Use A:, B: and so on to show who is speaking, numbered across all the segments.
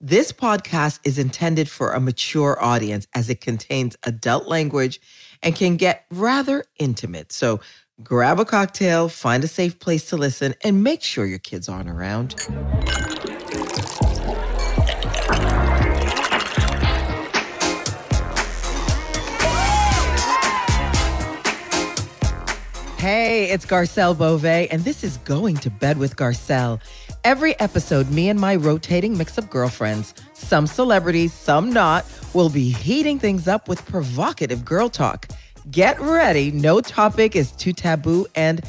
A: This podcast is intended for a mature audience as it contains adult language and can get rather intimate. So grab a cocktail, find a safe place to listen, and make sure your kids aren't around. Hey, it's Garcelle Beauvais, and this is Going to Bed with Garcelle. Every episode, me and my rotating mix of girlfriends, some celebrities, some not, will be heating things up with provocative girl talk. Get ready, no topic is too taboo, and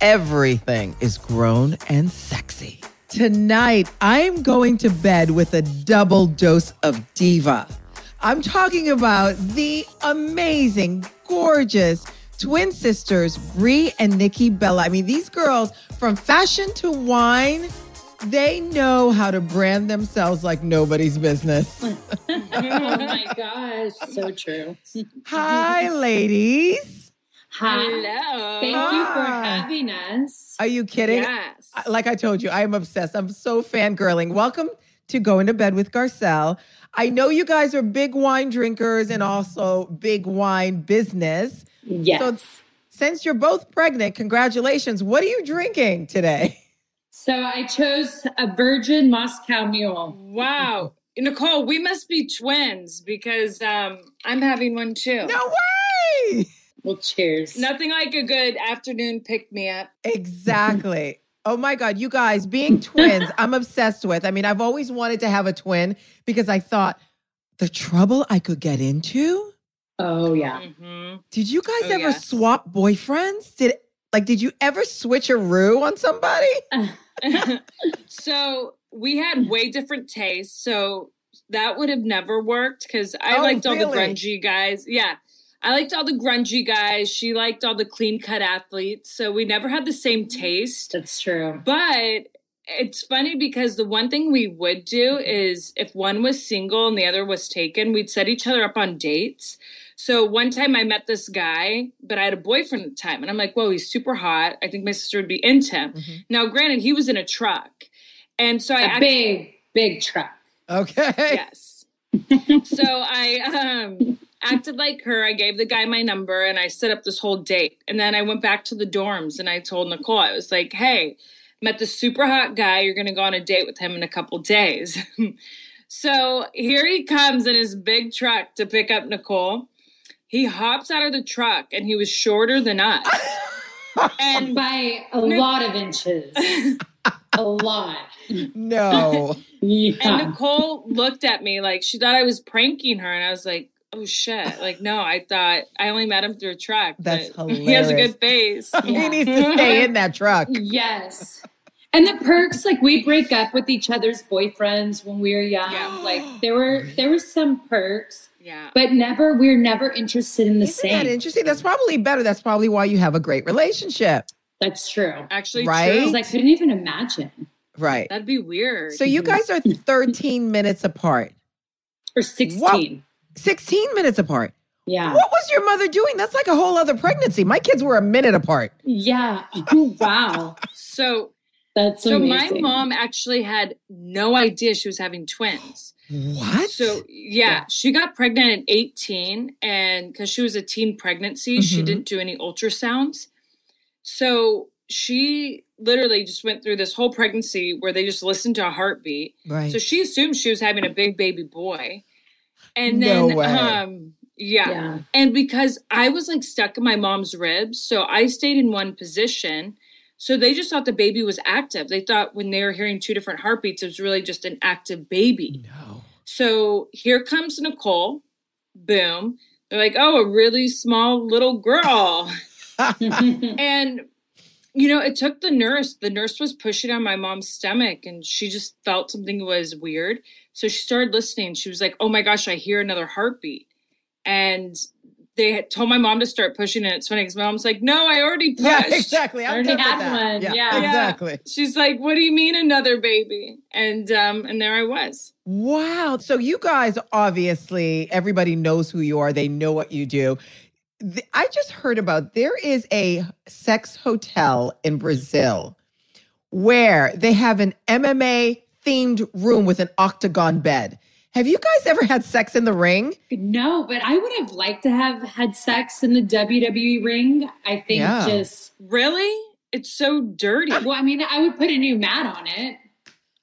A: everything is grown and sexy. Tonight, I'm going to bed with a double dose of diva. I'm talking about the amazing, gorgeous twin sisters, Brie and Nikki Bella. I mean, these girls, from fashion to wine, they know how to brand themselves like nobody's business.
B: oh my gosh. So true.
A: Hi, ladies.
B: Hello. Thank you for
A: Hi.
B: having us.
A: Are you kidding?
B: Yes.
A: I- like I told you, I am obsessed. I'm so fangirling. Welcome to Going to Bed with Garcelle. I know you guys are big wine drinkers and also big wine business.
B: Yes.
A: So-
B: So,
A: Since you're both pregnant, congratulations. What are you drinking today?
B: I chose a virgin Moscow mule.
C: Wow. Nicole, we must be twins because um, I'm having one too.
A: No way.
B: Well, cheers.
C: Nothing like a good afternoon pick me up.
A: Exactly. Oh my God, you guys being twins, I'm obsessed with. I mean, I've always wanted to have a twin because I thought the trouble I could get into.
B: Oh, yeah.
C: Mm-hmm.
A: Did you guys
C: Oh,
A: ever
C: yes.
A: swap boyfriends? Did like did you ever switcheroo on somebody?
C: so we
A: Mm.
C: had way different tastes. So that would have never worked because I
A: Oh,
C: liked all the
A: really?
C: grungy guys. Yeah. I liked all the grungy guys. She liked all the clean cut athletes. So we never had the
A: Mm.
C: same taste.
B: That's true.
C: But it's funny because the one thing we would do is if one was single and the other was taken, we'd set each other up on dates. So one time I met this guy, but I had a boyfriend at the time. And I'm like, whoa, he's super hot. I think my sister would be into him. Now, granted, he was in a truck. And so I
B: A
C: actually.
B: big, big truck.
A: Okay.
C: Yes. so I um acted like her. I gave the guy my number and I set up this whole date. And then I went back to the dorms and I told Nicole, I was like, hey, met this super hot guy. You're gonna go on a date with him in a couple days. so here he comes in his big truck to pick up Nicole. He hops out of the truck and he was shorter than us. and
B: By a lot of inches. a lot.
A: No.
C: And
B: Yeah.
C: Nicole looked at me like she thought I was pranking her, and I was like, "Oh shit!" Like, no, I thought I only met him through a truck.
A: That's
C: but He has a
A: hilarious.
C: good face.
A: he needs to stay in that truck.
B: Yes. And the perks, like we break up with each other's boyfriends when we were young.
C: Yeah.
B: Like there were there were some perks,
C: yeah,
B: but never we are never interested in the
A: Isn't that
B: same.
A: interesting? That's probably better. That's probably why you have a great relationship.
B: That's true.
C: actually,
A: Right?
C: true.
B: Because I couldn't even imagine.
A: Right.
C: That'd be weird.
A: So you guys are 13 minutes apart.
B: Or sixteen.
A: 16 minutes apart.
B: Yeah.
A: What was your mother doing? That's like a whole other pregnancy. My kids were a minute apart.
B: Yeah. Oh, wow.
C: so
B: That's
C: so
B: amazing.
C: my mom actually had no idea she was having twins.
A: What?
C: So yeah, she got pregnant at 18 and because she was a teen pregnancy, she
A: Mhm.
C: didn't do any ultrasounds. So she literally just went through this whole pregnancy where they just listened to a heartbeat.
A: right.
C: So she assumed she was having a big baby boy. And
A: No
C: then
A: way.
C: um yeah.
B: Yeah.
C: And because I was like stuck in my mom's ribs, so I stayed in one position. So they just thought the baby was active. They thought when they were hearing two different heartbeats, it was really just an active baby.
A: no.
C: So here comes Nicole. Boom. They're like, oh, a really small little girl. and you know, it took the nurse. The nurse was pushing on my mom's stomach and she just felt something was weird. So she started listening. She was like, oh my gosh, I hear another heartbeat. And they had told my mom to start pushing it. It's funny because my mom's like, no, I already pushed.
A: Yeah, exactly. I'm
C: Already
A: good with
B: had
A: that.
B: one, yeah.
A: exactly.
C: She's like, what do you mean another baby? And um, and there I was.
A: Wow. So you guys obviously everybody knows who you are. They know what you do. Th- I just heard about there is a sex hotel in Brazil where they have an MMA themed room with an octagon bed. Have you guys ever had sex in the ring?
B: No, but I would have liked to have had sex in the WWE ring. I think
A: Yeah.
B: just
C: Really? It's so dirty.
B: well, I mean, I would put a new mat on it.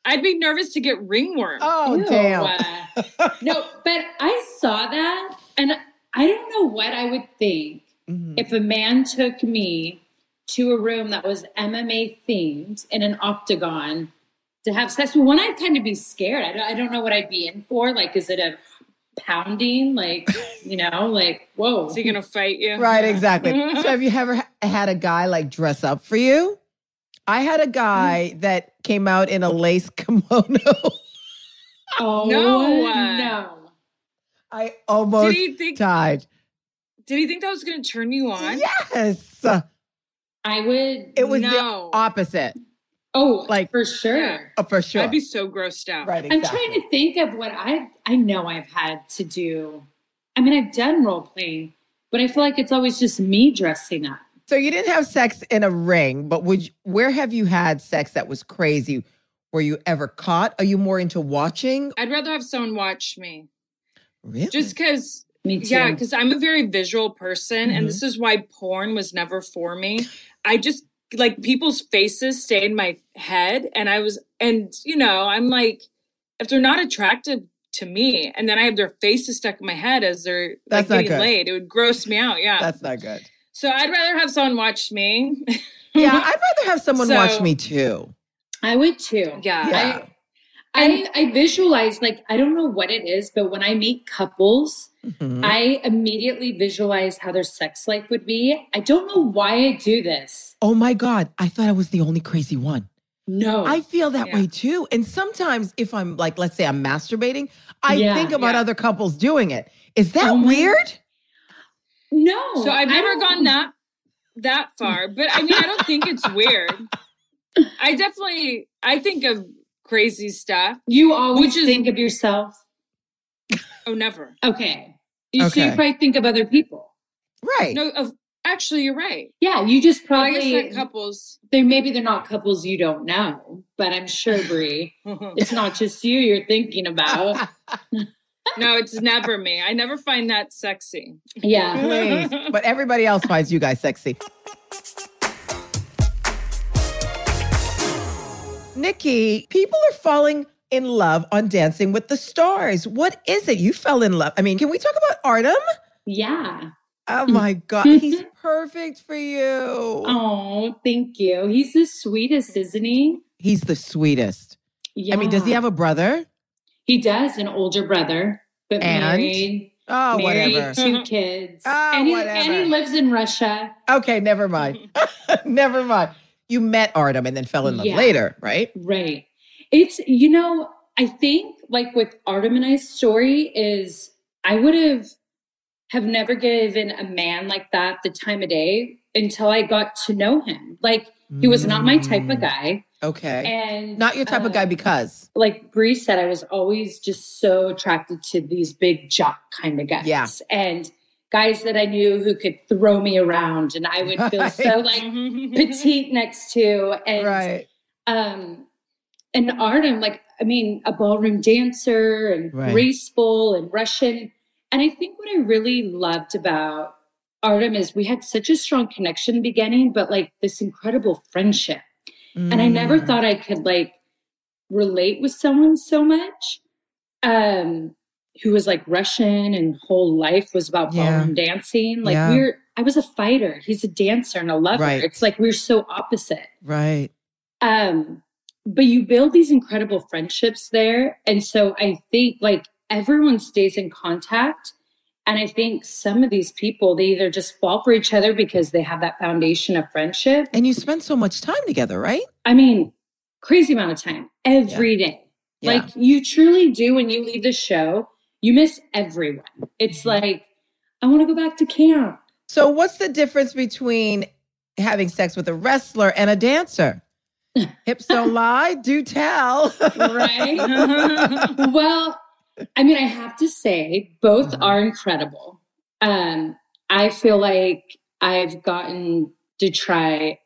C: I'd be nervous to get ringworm.
A: Oh
B: Ew.
A: damn.
B: no, but I saw that, and I don't know what I would think
A: Mhm.
B: if a man took me to a room that was MMA themed in an octagon to have sex. Well, one, I'd kind of be scared. I don't, I don't know what I'd be in for. Like, is it a pounding? Like, you know, like whoa.
C: Is he gonna fight you?
A: Right, exactly. so have you ever ha- had a guy like dress up for you? I had a guy that came out in a lace kimono.
B: Oh
C: No.
B: no.
A: I
C: Did
A: almost
C: he think?
A: died.
C: Did he think that was gonna turn you on?
A: Yes. Uh,
B: I would.
A: It was the
C: no.
A: opposite
B: oh,
A: like-
B: like for sure.
C: Yeah.
A: uh, for sure.
C: I'd be so grossed out.
A: right.
B: I'm
A: Exactly.
B: trying to think of what I I know I've had to do. I mean, I've done role playing, but I feel like it's always just me dressing up.
A: So you didn't have sex in a ring, but would you, where have you had sex that was crazy? Were you ever caught? Are you more into watching?
C: I'd rather have someone watch me.
A: Really?
C: Just because,
B: Me too.
C: yeah, because I'm a very visual person,
A: Mhm.
C: and this is why porn was never for me. I just like people's faces stay in my head, and I was, and you know, I'm like, if they're not attractive to me, and then I have their faces stuck in my head as they're
A: That's not
C: like getting
A: good.
C: laid, it would gross me out. Yeah.
A: that's not good.
C: so I'd rather have someone watch me.
A: Yeah, I'd rather have someone
C: So-
A: watch me too.
B: I would too.
C: yeah.
A: Yeah.
B: I, I visualize like I don't know what it is, but when I meet couples,
C: Mm-hmm.
A: Mhm.
B: I immediately visualize how their sex life would be. I don't know why I do this.
A: oh my god, I thought I was the only crazy one.
B: No,
A: I feel that
C: Yeah.
A: way too. And sometimes if I'm like, let's say I'm masturbating, I
B: Yeah.
A: think about
C: Yeah.
A: other couples doing it. Is that
B: Oh my-
A: weird?
B: no.
C: So I've
B: Oh, I
C: never
B: don't-
C: gone that that far, but I mean, I don't think it's weird. I definitely, I think of crazy stuff.
B: You always
C: Which is-
B: think of yourself.
C: Oh, never.
B: Okay. You, So you
A: Okay.
B: probably think of other people.
A: Right.
C: No, of actually, you're right.
B: Yeah, you just
C: Well, I
B: probably
C: guess that couples.
B: they maybe they're not couples you don't know, but I'm sure Brie,
C: no,
B: it's not just you you're thinking about.
C: it's never me. I never find that sexy.
B: Yeah.
A: Please. But everybody else finds you guys sexy. Nikki, people are falling in love on Dancing with the Stars. What is it? You fell in love. I mean, can we talk about Artem?
B: Yeah.
A: Oh my God, he's perfect for you.
B: Oh, thank you. He's the sweetest, isn't he?
A: He's the sweetest.
B: Yeah.
A: I mean, does he have a brother?
B: He does an older brother, but
A: And?
B: married,
A: Oh,
B: married,
A: whatever.
B: two kids.
A: Oh,
B: and, he,
A: whatever.
B: and he lives in Russia.
A: Okay, never mind. never mind. You met Artem and then fell in love
B: Yeah.
A: later, right?
B: Right. It's you know, I think like with Artem and I's story is I would have have never given a man like that the time of day until I got to know him. Like he was not my type of
A: Mm,
B: guy.
A: Okay.
B: And
A: not your type of
B: uh,
A: guy because.
B: like Bree said, I was always just so attracted to these big jock kind of guys.
A: Yeah.
B: And guys that I knew who could throw me around and I would feel so like petite next to and
A: right.
B: um an artem like i mean a ballroom dancer and
A: Right.
B: graceful and russian and i think what i really loved about artem is we had such a strong connection in the beginning but like this incredible friendship and i never
A: Mm.
B: thought i could like relate with someone so much um who was like russian and whole life was about
A: Yeah.
B: ballroom dancing like
A: Yeah.
B: we're i was a fighter he's a dancer and a lover
A: Right.
B: it's like we're so opposite
A: Right.
B: um but you build these incredible friendships there and so i think like everyone stays in contact And I think some of these people, they either just fall for each other because they have that foundation of friendship.
A: And you spend so much time together, right?
B: I mean, crazy amount of time every day.
A: Yeah.
B: Like you truly do when you leave the show, you miss everyone. It's
A: Mm-hmm.
B: like, I want to go back to camp.
A: So what's the difference between having sex with a wrestler and a dancer? Hips don't lie, do tell.
B: Right? well, I mean, I have to say, both
A: Mhm.
B: are incredible. Um, I feel like I've gotten to try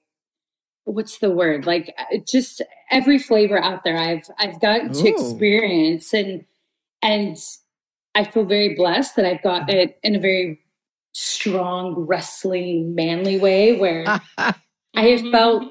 B: what's the word? Like uh, just every flavor out there. I've I've gotten to
A: Ooh.
B: experience and and I feel very blessed that I've got it in a very strong wrestling manly way where
A: Ah.
B: I have
C: Mhm.
B: felt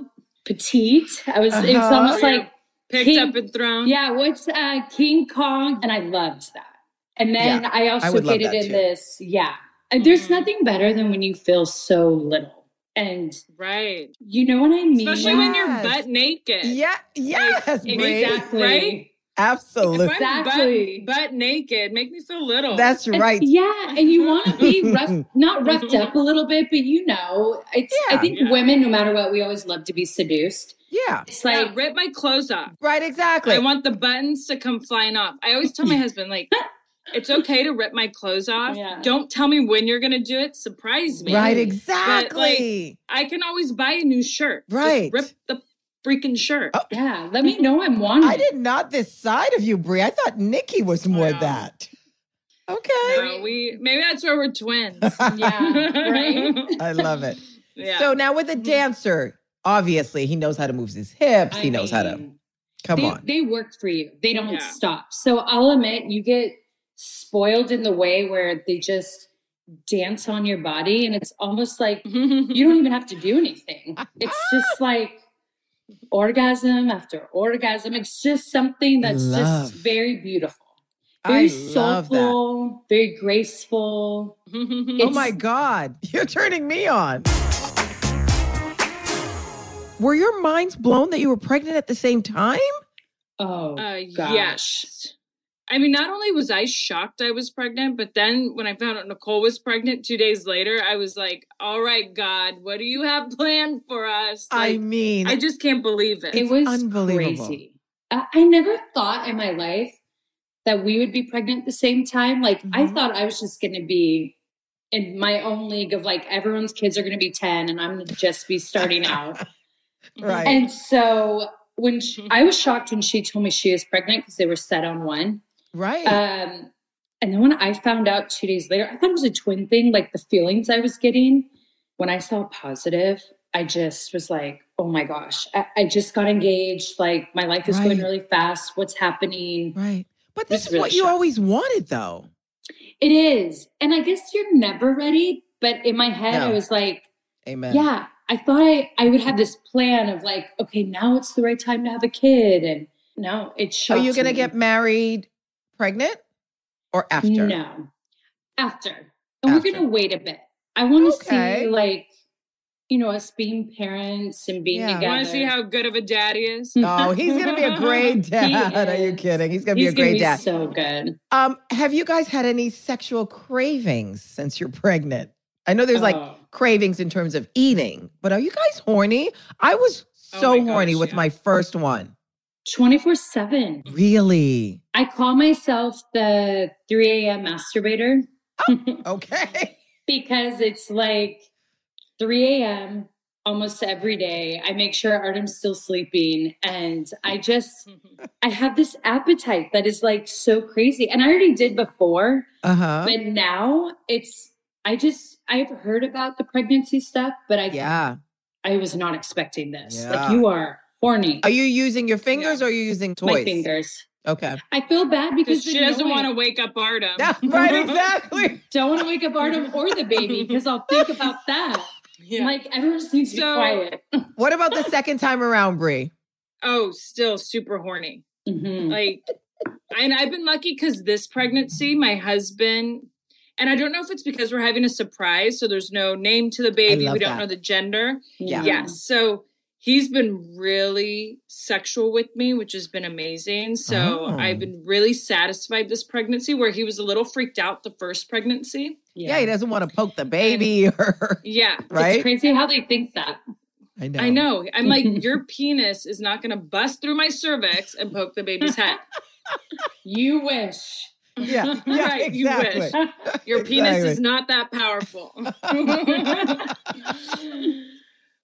B: petite. I was it was
A: Uh-huh.
B: almost
C: Were you
B: like
C: picked
B: King-
C: up and thrown.
B: yeah, what's uh, King Kong? And I loved that. And then I also
A: would love
B: get it
A: that
B: in
A: too. Mm-hmm.
B: this. Yeah. And there's
C: Mhm.
B: nothing better than when you feel so little. And
C: right.
B: you know what I mean?
C: Especially when you're
A: Yes.
C: butt naked.
A: yeah, yes, Bree.
B: Exactly.
C: Right?
A: Absolutely.
C: If I'm
B: Exactly.
C: butt, butt naked, make me feel little.
A: That's
B: And-
A: right. Mm-hmm.
B: Yeah. And you want to be rough, not roughed up a little bit, but you know, it's, I
A: Yeah.
B: think
C: Yeah.
B: women, no matter what, we always love to be seduced.
A: Yeah,
B: It's
C: Yeah,
B: like,
C: rip my clothes off.
A: right, exactly.
C: I want the buttons to come flying off. I always tell my husband, like, it's okay to rip my clothes off.
B: Yeah.
C: Don't tell me when you're gonna do it. Surprise me.
A: right,
B: But, like,
A: exactly.
C: I can always buy a new shirt. Just
A: Right.
C: rip the freaking shirt.
A: Oh.
B: yeah, let me know I'm wanted.
A: I did not this side of you, Brie. I thought Nikki was more
C: Wow.
A: that. Okay.
C: No, we maybe that's where we're twins.
B: Yeah. Right.
A: I love it.
C: yeah.
A: So now with a dancer, obviously he knows how to move his hips.
B: Mm-hmm. I
A: he knows how to
B: mean,
A: come
B: they,
A: on.
B: They work for you. They don't
C: Yeah.
B: stop. So I'll admit, you get spoiled in the way where they just dance on your body, and it's almost like you don't even have to do anything. It's just like orgasm after orgasm. It's just something that's
A: Love.
B: just very beautiful, very
A: I love that.
B: soulful, very graceful.
A: Oh my God. You're turning me on. Were your minds blown that you were pregnant at the same time?
B: Oh,
C: Uh,
B: gosh.
C: yes. I mean, not only was I shocked I was pregnant, but then when I found out Nicole was pregnant two days later, I was like, all right, God, what do you have planned for us?
A: I
C: Like,
A: mean,
C: I just can't believe it.
B: it
A: It's
B: was
A: unbelievable.
B: crazy. I, I never thought in my life that we would be pregnant at the same time. Like I
A: Mhm.
B: thought I was just going to be in my own league of like everyone's kids are going to be ten, and I'm going to just be starting out.
C: Mm-hmm.
A: right.
B: and so when
A: Mm-hmm.
B: she, I was shocked when she told me she was pregnant because they were set on one.
A: right.
B: Um, and then when I found out two days later, I thought it was a twin thing. Like the feelings I was getting when I saw positive, I just was like, oh my gosh, I, I just got engaged. Like my life is going
A: Right.
B: really fast. What's happening?
A: right. But this
B: was
A: is
B: really
A: what you
B: shocking.
A: always wanted, though.
B: It is. And I guess you're never ready. But in my head, I
A: No.
B: was like,
A: Amen.
B: yeah, I thought I, I would have this plan of like, okay, now it's the right time to have a kid. And no, it's
A: Are
B: shocking.
A: you going to get married pregnant or after?
B: No. After. And
A: After.
B: we're going to wait a bit. I want to
A: Okay.
B: see, like, you know, us being parents and being
A: Yeah.
B: together.
A: You
C: want to see how good of a daddy is?
A: Oh, he's going to be a great dad. Are you
B: is.
A: kidding? He's going to be
B: He's
A: a
B: gonna
A: great dad.
B: So good.
A: Um, have you guys had any sexual cravings since you're pregnant? I know there's
C: Uh.
A: like
B: Oh.
A: cravings in terms of eating, but are you guys horny? I was
C: Oh
A: so
C: my
A: horny
C: gosh,
A: with
C: yeah.
A: my first one.
B: 24 7.
A: Really?
B: I call myself the 3 a.m. masturbator
A: Okay.
B: because it's like 3 a.m. almost every day. I make sure Artem's still sleeping. And I just, I have this appetite that is like so crazy. And I already did before,
A: Uh huh.
B: but now it's I just I've heard about the pregnancy stuff, but I
A: Yeah.
B: I was not expecting this.
A: Yeah.
B: Like you are horny.
A: Are you using your fingers or are you using toys?
B: my fingers.
A: Okay.
B: I feel bad because
C: Because she doesn't want to wake up Artem.
A: Yeah, right, exactly.
B: don't want to wake up Artem or the baby because I'll think about that.
C: Yeah.
B: Like everyone just needs to
C: So-
B: be quiet.
A: What about the second time around, Brie?
C: oh, still super horny.
B: Mhm.
C: like and i've been lucky because this pregnancy my husband and i don't know if it's because we're having a surprise so there's no name to the baby
A: love
C: we don't
A: that.
C: know the gender
A: Yeah.
C: yes so he's been really sexual with me, which has been amazing. So
A: Oh.
C: I've been really satisfied this pregnancy where he was a little freaked out the first pregnancy.
A: Yeah, he doesn't want to poke the baby or
C: Yeah.
B: It's
A: right.
B: crazy how they think that.
A: I know.
C: I know. I'm like, your penis is not going to bust through my cervix and poke the baby's head.
B: You wish.
A: Yeah, yeah,
C: Right, you wish.
A: exactly.
C: Your penis is
A: Exactly.
C: not that powerful.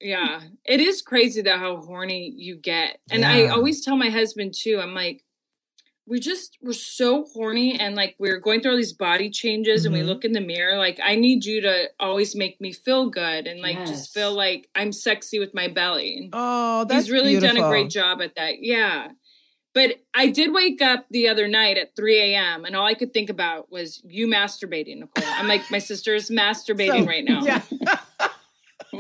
C: yeah. It is crazy though how horny you get. And I
A: Yeah.
C: always tell my husband too, I'm like, we just we're so horny and like we're going through all these body changes and
A: Mhm.
C: we look in the mirror like I need you to always make me feel good and like
B: Yes.
C: just feel like I'm sexy with my belly. And
A: Oh, that's
C: he's really done a
A: beautiful.
C: great job at that. Yeah. But I did wake up the other night at 3 a.m. and all I could think about was you masturbating, Nicole. I'm like, my sister's masturbating
A: So-
C: right now.
A: Yeah,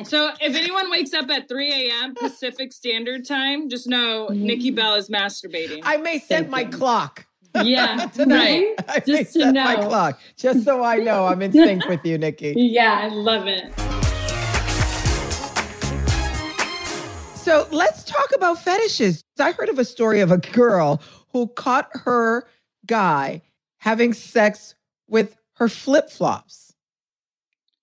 C: So if anyone wakes up at 3 a.m. Pacific Standard Time, just know
B: Mm.
C: Nikki Bell is masturbating.
A: Mm-hmm. I may set my
B: Thank you.
A: clock.
B: Yeah.
A: Tonight.
B: Right?
A: I may
B: Just to
A: set my
B: know.
A: clock just so I know I'm in sync with you, Nikki.
B: Yeah, I love it.
A: So let's talk about fetishes. I heard of a story of a girl who caught her guy having sex with her flip flops.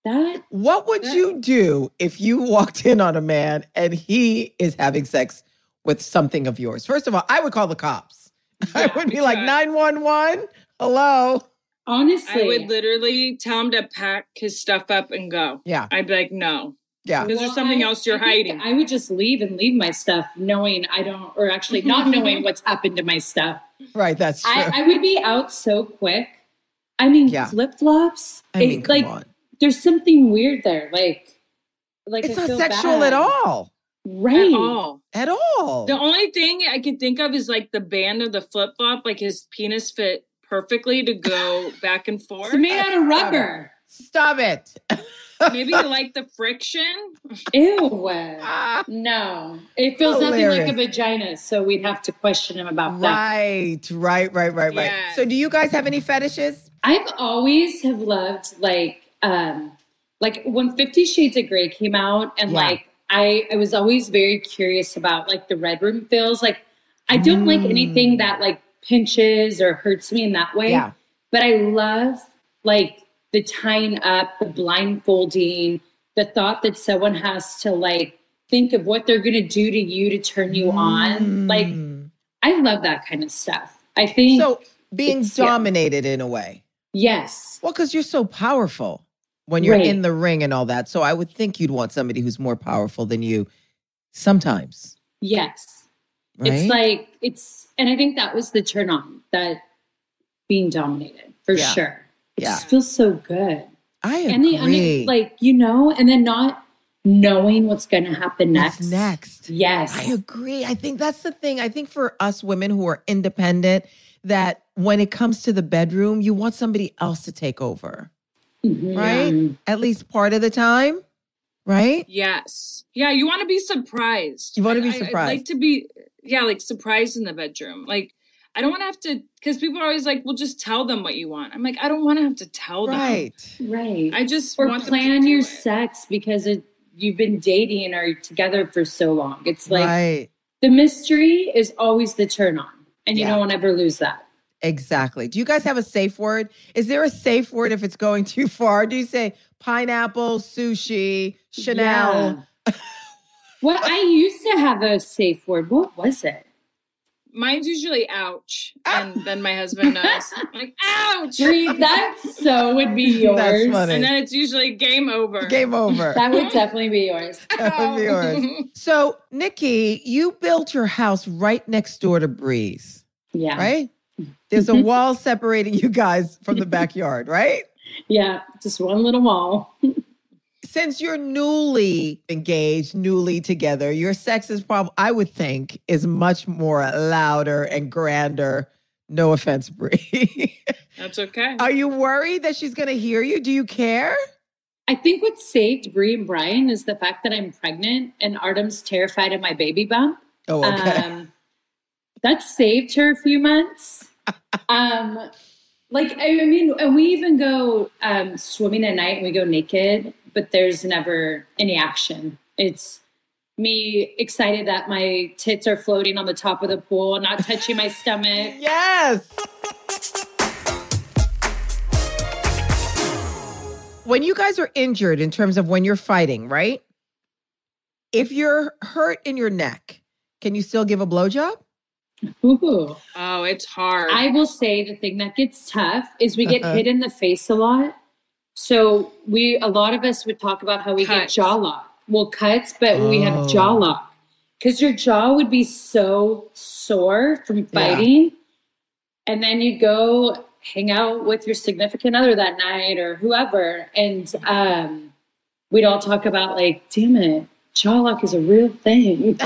B: That
A: What would
C: That-
A: you do if you walked in on a man and he is having sex with something of yours? First of all, I would call the cops. I
C: Yeah,
A: would be like
C: because
A: 911. Hello.
C: I
B: honestly
C: would literally tell him to pack his stuff up and go.
A: Yeah.
C: I'd be like, no.
A: Yeah.
C: Because there's something else you're
B: I think
C: hiding.
B: I would just leave and leave my stuff knowing I don't, or actually not knowing what's happened to my stuff.
A: Right. That's true.
B: I, I would be out so quick. I mean,
A: Yeah.
B: flip flops.
A: I mean, come
B: like
A: on.
B: there's something weird there. Like, like
A: It's
B: I
A: not
B: feel
A: sexual at
B: bad.
A: all.
B: Right.
C: At all.
A: At all.
C: The only thing I could think of is like the band of the flip flop, like his penis fit perfectly to go back and forth.
B: It's made out of rubber.
A: Stop it.
C: Maybe you like the friction.
B: Ew.
A: Ah,
B: No, it feels
A: Hilarious.
B: nothing like a vagina. So we'd have to question him about that.
A: right, right, right, right, right.
C: Yeah.
A: So, do you guys have any fetishes?
B: I've always have loved like um like when Fifty Shades of Grey came out and
A: Yeah.
B: like I I was always very curious about like the red room feels. Like I don't like
A: Mm.
B: anything that like pinches or hurts me in that way.
A: Yeah.
B: But I love like the tying up, the blindfolding, the thought that someone has to like think of what they're gonna do to you to turn you on. Like
A: Mm.
B: I love that kind of stuff. I think
A: so being
B: it's- yeah.
A: dominated in a way.
B: yes.
A: Well, because you're so powerful when you're
B: Right.
A: in the ring and all that. So, I would think you'd want somebody who's more powerful than you sometimes.
B: Yes.
A: Right?
B: It's like it's, and I think that was the turn on that being dominated for
A: Yeah.
B: sure. It
A: Yeah.
B: just feels so good,
A: I agree.
B: and the une- like you know, and then not knowing what's going to happen
A: What's
B: next.
A: next? I
B: Yes,
A: agree. I think that's the thing. I think for us women who are independent, that when it comes to the bedroom, you want somebody else to take over,
B: Mhm.
A: Right? at least part of the time, right?
C: Yes. Yeah, you want to be surprised.
A: You wanna be
C: I- I- I, like
A: surprised.
C: to be, yeah, like surprised in the bedroom. Like, I don't want to have to, because people are always like, well, just tell them what you want. I'm like, I don't want to have to tell them.
A: Right.
B: right?
C: I just
B: or
C: want them to
B: plan
C: do
B: your
C: it.
B: sex because it, you've been dating or together for so long. It's like
A: right.
B: the mystery is always the turn on, and
A: Yeah.
B: you don't ever lose that.
A: Exactly. Do you guys have a safe word? Is there a safe word if it's going too far? Do you say pineapple, sushi, Chanel?
B: Yeah. well, I used to have a safe word. What was it?
C: Mine's usually ouch.
A: Ah!
C: And then my husband knows. I'm like, ouch.
B: Dream, that so would be yours.
A: That's funny.
C: And then it's usually game over.
A: Game over.
B: That would definitely be yours.
A: that would be yours. so, Nikki, you built your house right next door to Breeze.
B: Yeah.
A: right? There's a wall separating you guys from the backyard, right?
B: Yeah. Just one little wall.
A: Since you're newly engaged, newly together, your sex is probably, I would think, is much more louder and grander. No offense, Brie.
C: That's okay.
A: Are you worried that she's going to hear you? Do you care?
B: I think what saved Brie and Brian is the fact that I'm pregnant and Artem's terrified of my baby bump.
A: Oh, okay.
B: Um, that saved her a few months. um, like, I mean, and we even go um, swimming at night and we go naked, but there's never any action. It's me excited that my tits are floating on the top of the pool, not touching my stomach.
A: Yes. When you guys are injured in terms of when you're fighting, right? If you're hurt in your neck, can you still give a blowjob?
B: Ooh.
C: Oh, it's hard.
B: I will say the thing that gets tough is we get
A: Uh-uh.
B: hit in the face a lot. So we a lot of us would talk about how we get
C: Cuts.
B: jaw lock. Well, cuts, but we
A: Oh.
B: have jaw lock. Because your jaw would be so sore from fighting. And then you go hang out with your significant other that night or whoever. And um, we'd all talk about like, damn it, jaw lock is a real thing.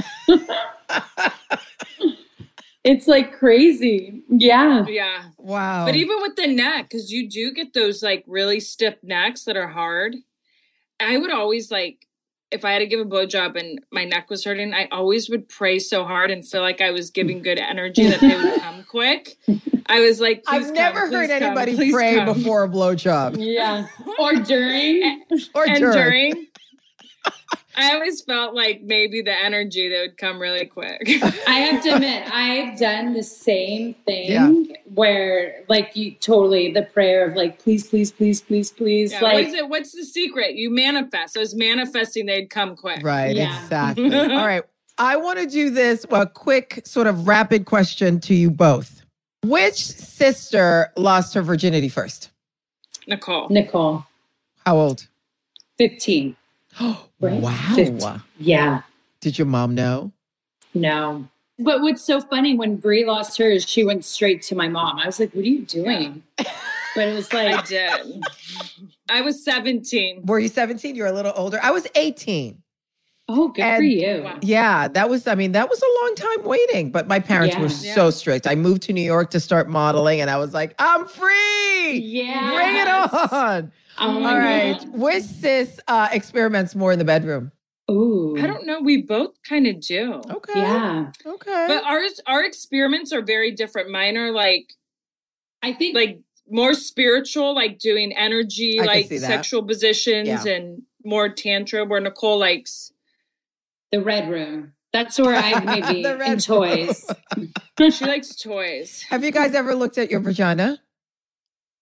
B: it's like crazy. Yeah.
C: yeah.
A: Wow.
C: But even with the neck, because you do get those like really stiff necks that are hard. I would always like, if I had to give a blowjob and my neck was hurting, I always would pray so hard and feel like I was giving good energy that they would come quick. I was like,
A: I've
C: "Please come,
A: never
C: please
A: heard
C: come,
A: anybody
C: please
A: pray
C: come."
A: before a blowjob
B: Yeah. Or during.
A: or
C: and
A: during.
C: during. I always felt like maybe the energy that would come really quick.
B: I have to admit, I've done the same thing
A: Yeah.
B: where like you totally the prayer of like, please, please, please, please, please.
C: Yeah, what
B: like
C: is it? What's the secret? You manifest. I was manifesting they'd come quick.
A: Right,
B: Yeah.
A: exactly. All right. I want to do this a quick sort of rapid question to you both. Which sister lost her virginity first?
C: Nicole.
B: Nicole,
A: How old?
B: 15. Right.
A: wow.
B: Fifty. Yeah.
A: Did your mom know?
B: No. But what's so funny when Brie lost hers, she went straight to my mom. I was like, "What are you doing?" But it was
C: I
B: like,
C: did. I was 17.
A: Were you 17? You're a little older. I was 18.
B: "Oh, good for
A: And-
B: you."
C: Wow.
A: Yeah, that was, I mean, that was a long time waiting, but my parents were
B: Yeah.
A: so strict. I moved to New York to start modeling and I was like, I'm free.
B: Yeah,
A: Bring it on.
B: Oh my
A: All right.
B: God.
A: Which sis uh, experiments more in the bedroom?
B: Ooh,
C: I don't know. We both kind of do.
A: Okay.
B: Yeah,
A: Okay.
C: But ours, our experiments are very different. Mine are like,
B: I think like
C: like more spiritual, like doing energy,
A: I can
C: like
A: see that.
C: sexual positions,
A: Yeah.
C: and more tantra. Where Nicole likes,
B: the red room. That's where I maybe
A: The red
B: in toys. Oh,
C: she likes toys.
A: Have you guys ever looked at your vagina?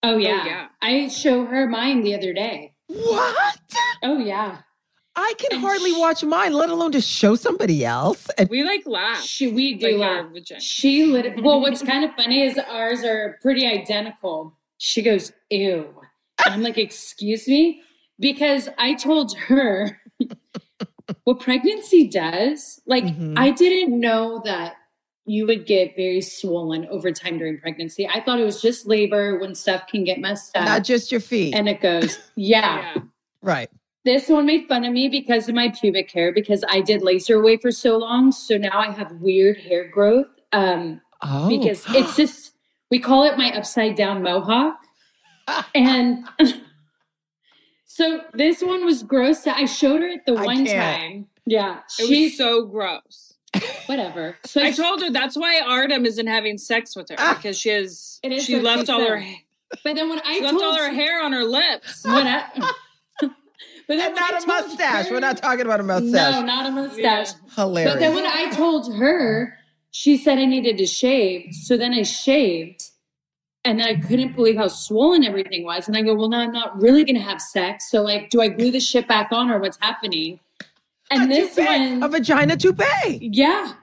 B: Oh yeah.
C: yeah.
B: I show her mine the other day.
A: What?
B: Oh yeah,
A: I can
B: And
A: hardly
B: sh-
A: watch mine, let alone to show somebody else. And
C: We like laugh.
B: she we do
C: like
B: laugh.
C: our vagina.
B: She lit- well, what's kind of funny is ours are pretty identical. She goes, "Ew," and I'm like, "Excuse me," because I told her what pregnancy does. Like,
A: Mhm.
B: I didn't know that you would get very swollen over time during pregnancy. I thought it was just labor when stuff can get messed up,
A: not just your feet.
B: and it goes, yeah.
C: Yeah.
A: right.
B: This one made fun of me because of my pubic hair because I did laser away for so long. So now I have weird hair growth. Um,
A: Oh.
B: because it's just we call it my upside down mohawk and so this one was gross i showed her it the
A: I
B: one
A: can't.
B: time yeah
C: It
B: she's
C: was so gross.
B: whatever so
C: I told her that's why Artem isn't having sex with her
A: Ah.
C: because she has
B: It is
C: she
B: what
C: left
B: she
C: all her
B: said.
C: ha-
B: but then when i
C: she left
B: told
C: all her hair on her lips.
B: when I- but then
A: and
B: when I
A: not a
B: told
A: mustache.
B: her-
A: We're not talking about a mustache.
B: no not a mustache
A: Hilarious.
B: But then when I told her, she said I needed to shave. So then I shaved. And then I couldn't believe how swollen everything was. And I go, well, now I'm not really going to have sex. So, like, do I glue the shit back on or what's happening? And
A: a
B: this
A: toupee,
B: one,
A: a vagina toupee.
B: yeah,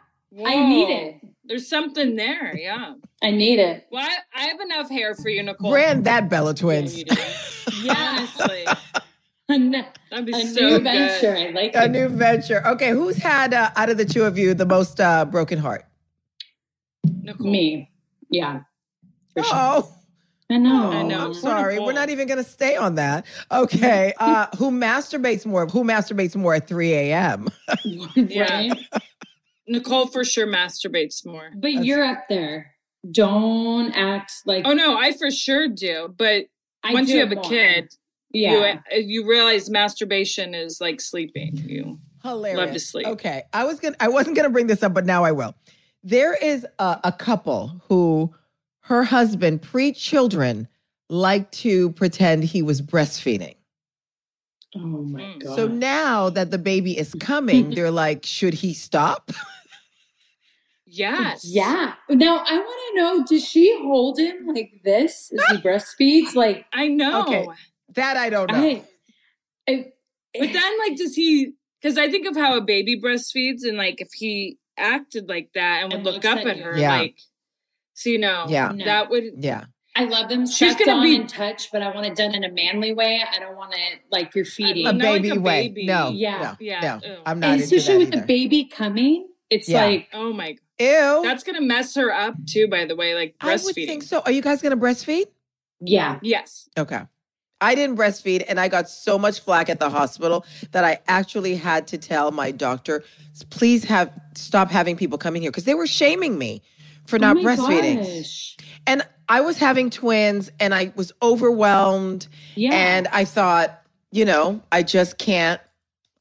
B: I need
C: Whoa.
B: it.
C: There's something there, yeah.
B: I need it.
C: Well, I, I have enough hair for you, Nicole.
A: Brand that Bella
C: Yeah,
A: Twins.
C: you do.
B: Yeah.
C: Honestly,
B: a n-
C: that'd be
B: a
C: so
B: new
C: good.
B: venture. I like
A: a
B: it.
A: new venture. Okay, who's had uh, out of the two of you the most uh, broken heart?
C: Nicole.
B: Me. Yeah. For sure.
A: Oh,
B: I know.
C: I know.
A: I'm sorry.
C: Wonderful.
A: We're not even going to stay on that. Okay, uh, who masturbates more? Who masturbates more at 3 a.m.?
C: Yeah.
B: Right?
C: Nicole for sure masturbates more.
B: But
A: That's-
B: you're up there. Don't act like
C: Oh no, I for sure do. But
B: I
C: once
B: do
C: you
B: it
C: have a
B: more.
C: kid,
B: Yeah.
C: you you realize masturbation is like sleeping. You
A: Hilarious.
C: Love to sleep.
A: Okay, I was gonna, I wasn't gonna bring this up, but now I will. There is a, a couple who her husband pre children like to pretend he was breastfeeding.
B: Oh my
C: Mm.
B: god.
A: So now that the baby is coming, they're like, should he stop?
C: Yes.
B: yeah. Now I want to know: Does she hold him like this as he breastfeeds? Like
C: I know.
A: Okay. That I don't know.
B: I, I,
C: But then, like, does he? Because I think of how a baby breastfeeds, and like, if he acted like that and would
B: And
C: look
B: looks
C: up
B: at
C: at
B: you.
C: her,
A: Yeah.
C: like, so you know,
A: Yeah.
B: No.
C: that would.
A: Yeah.
B: I love them.
C: She's
B: She's
C: gonna
B: gonna
C: be-
B: be in touch, but I want it done in a manly way. I don't want it like you're feeding.
A: A
C: Not like
A: baby
C: a
A: way.
C: baby.
A: No.
B: Yeah.
A: No.
C: Yeah.
A: No.
C: Ew.
A: I'm not
B: and
A: into
B: especially
A: that
B: with the
A: either.
B: baby coming, it's
A: Yeah.
B: like
C: Oh my god,
A: Ew.
C: that's gonna mess her up too. By the way, like
A: I
C: breastfeeding.
A: would think so. Are you guys gonna breastfeed?
B: yeah.
C: Yes.
A: Okay. I didn't breastfeed and I got so much flack at the hospital that I actually had to tell my doctor, please have stop having people coming here because they were shaming me for not
B: oh my
A: breastfeeding.
B: gosh.
A: And I was having twins and I was overwhelmed
B: Yeah.
A: and I thought, you know, I just can't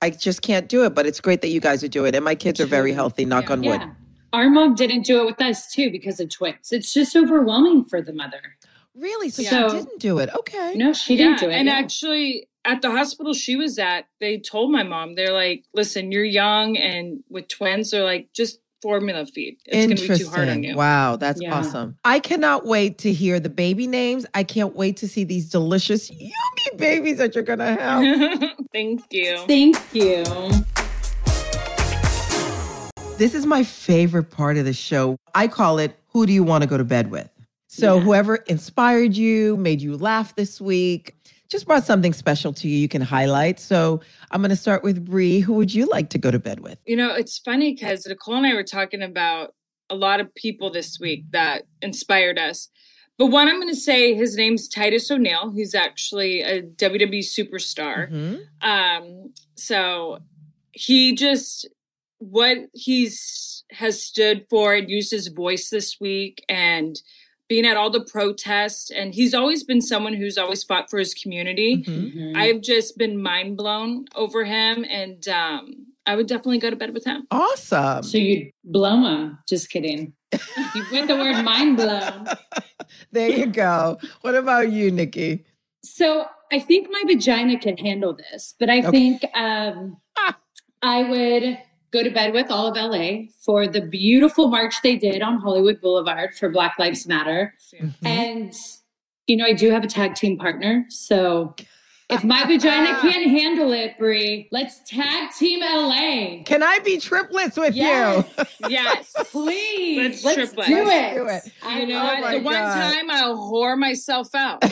A: I just can't do it, but it's great that you guys are doing it. And my kids are very healthy, knock
C: Yeah.
A: on wood.
B: yeah. Our mom didn't do it with us too because of twins. It's just overwhelming for the mother.
A: Really? So,
B: So-
A: she didn't do it. Okay.
B: No, she
C: yeah.
B: didn't do it.
C: And
B: no.
C: actually, at the hospital she was at, they told my mom, they're like, "Listen, you're young, and with twins, they're like, just formula feed. It's gonna be too hard on
A: Interesting.
C: you."
A: Wow, that's
B: Yeah.
A: awesome. I cannot wait to hear the baby names. I can't wait to see these delicious, yummy babies that you're going to have.
C: Thank you.
B: Thank you.
A: this is my favorite part of the show. I call it Who Do You Want to Go to Bed With? So,
B: Yeah.
A: whoever inspired you, made you laugh this week, just brought something special to you you can highlight. So, I'm going to start with Bree. Who would you like to go to bed with?
C: You know, it's funny because Nicole and I were talking about a lot of people this week that inspired us. But one I'm going to say, his name's Titus O'Neil. He's actually a WWE superstar.
A: Mhm.
C: Um, so he just what he's has stood for and used his voice this week and being at all the protests and he's always been someone who's always fought for his community.
A: Mhm.
B: Mm-hmm.
C: I've just been mind blown over him and um I would definitely go to bed with him.
A: Awesome.
B: so you'd blow him. Just kidding. you went the word mind blown.
A: There you go. What about you, Nikki?
B: So I think my vagina could handle this, but I
A: Okay.
B: think um, I would go to bed with all of LA for the beautiful march they did on Hollywood Boulevard for Black Lives Matter.
A: Mm-hmm.
B: And, you know, I do have a tag team partner. So if my vagina can't handle it, Brie, let's tag team LA.
A: Can I be triplets with
B: Yes,
A: you?
C: Yes.
B: please.
C: Let's
B: Let's,
C: triplets.
B: do,
A: Let's
B: it.
A: do it.
B: I
C: You know,
B: love
A: Oh my
C: what? the one
A: God.
C: time I'll whore myself out.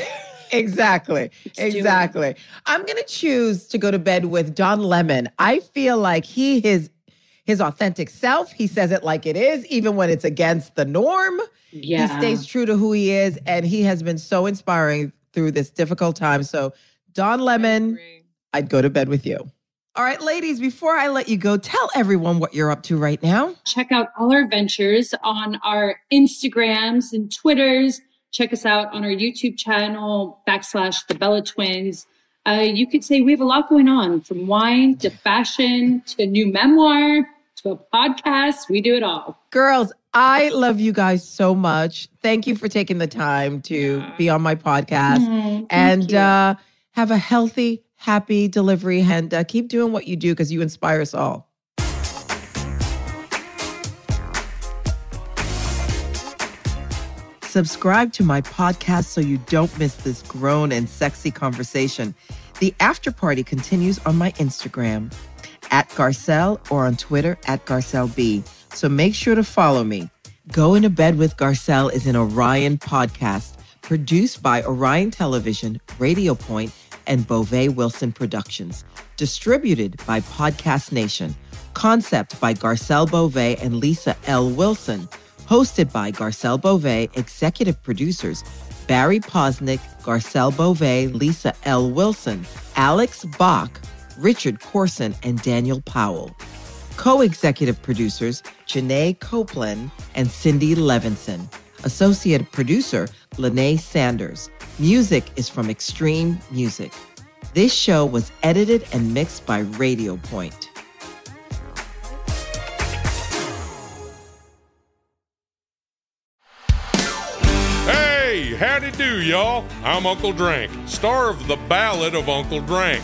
A: Exactly.
C: do it.
A: exactly. I'm going to choose to go to bed with Don Lemon. I feel like he his his authentic self. He says it like it is even when it's against the norm.
B: Yeah.
A: He stays true to who he is and he has been so inspiring through this difficult time. So Don Lemon, I'd go to bed with you. All right, ladies, before I let you go, tell everyone what you're up to right now.
B: check out all our ventures on our Instagrams and Twitters. Check us out on our YouTube channel, backslash the Bella Twins. Uh, you could say we have a lot going on from wine to fashion to a new memoir to a podcast. We do it all.
A: Girls, I love you guys so much. Thank you for taking the time to
C: Yeah.
A: be on my podcast. and uh, have a healthy, happy delivery. And uh, keep doing what you do because you inspire us all. Subscribe to my podcast so you don't miss this grown and sexy conversation. The after party continues on my Instagram at Garcelle or on Twitter at Garcelle B. So make sure to follow me. Go into Bed with Garcelle is an Orion podcast produced by Orion Television, Radio Point, and Beauvais Wilson Productions. Distributed by Podcast Nation. Concept by Garcelle Beauvais and Lisa L. Wilson. Hosted by Garcelle Beauvais, executive producers Barry Posnick, Garcelle Beauvais, Lisa L. Wilson, Alex Bach, Richard Corson, and Daniel Powell. Co executive producers Janae Copeland and Cindy Levinson. Associate producer Lene Sanders. Music is from Extreme Music. This show was edited and mixed by Radio Point.
D: Hey, howdy do, y'all. I'm Uncle Drank, star of The Ballad of Uncle Drank.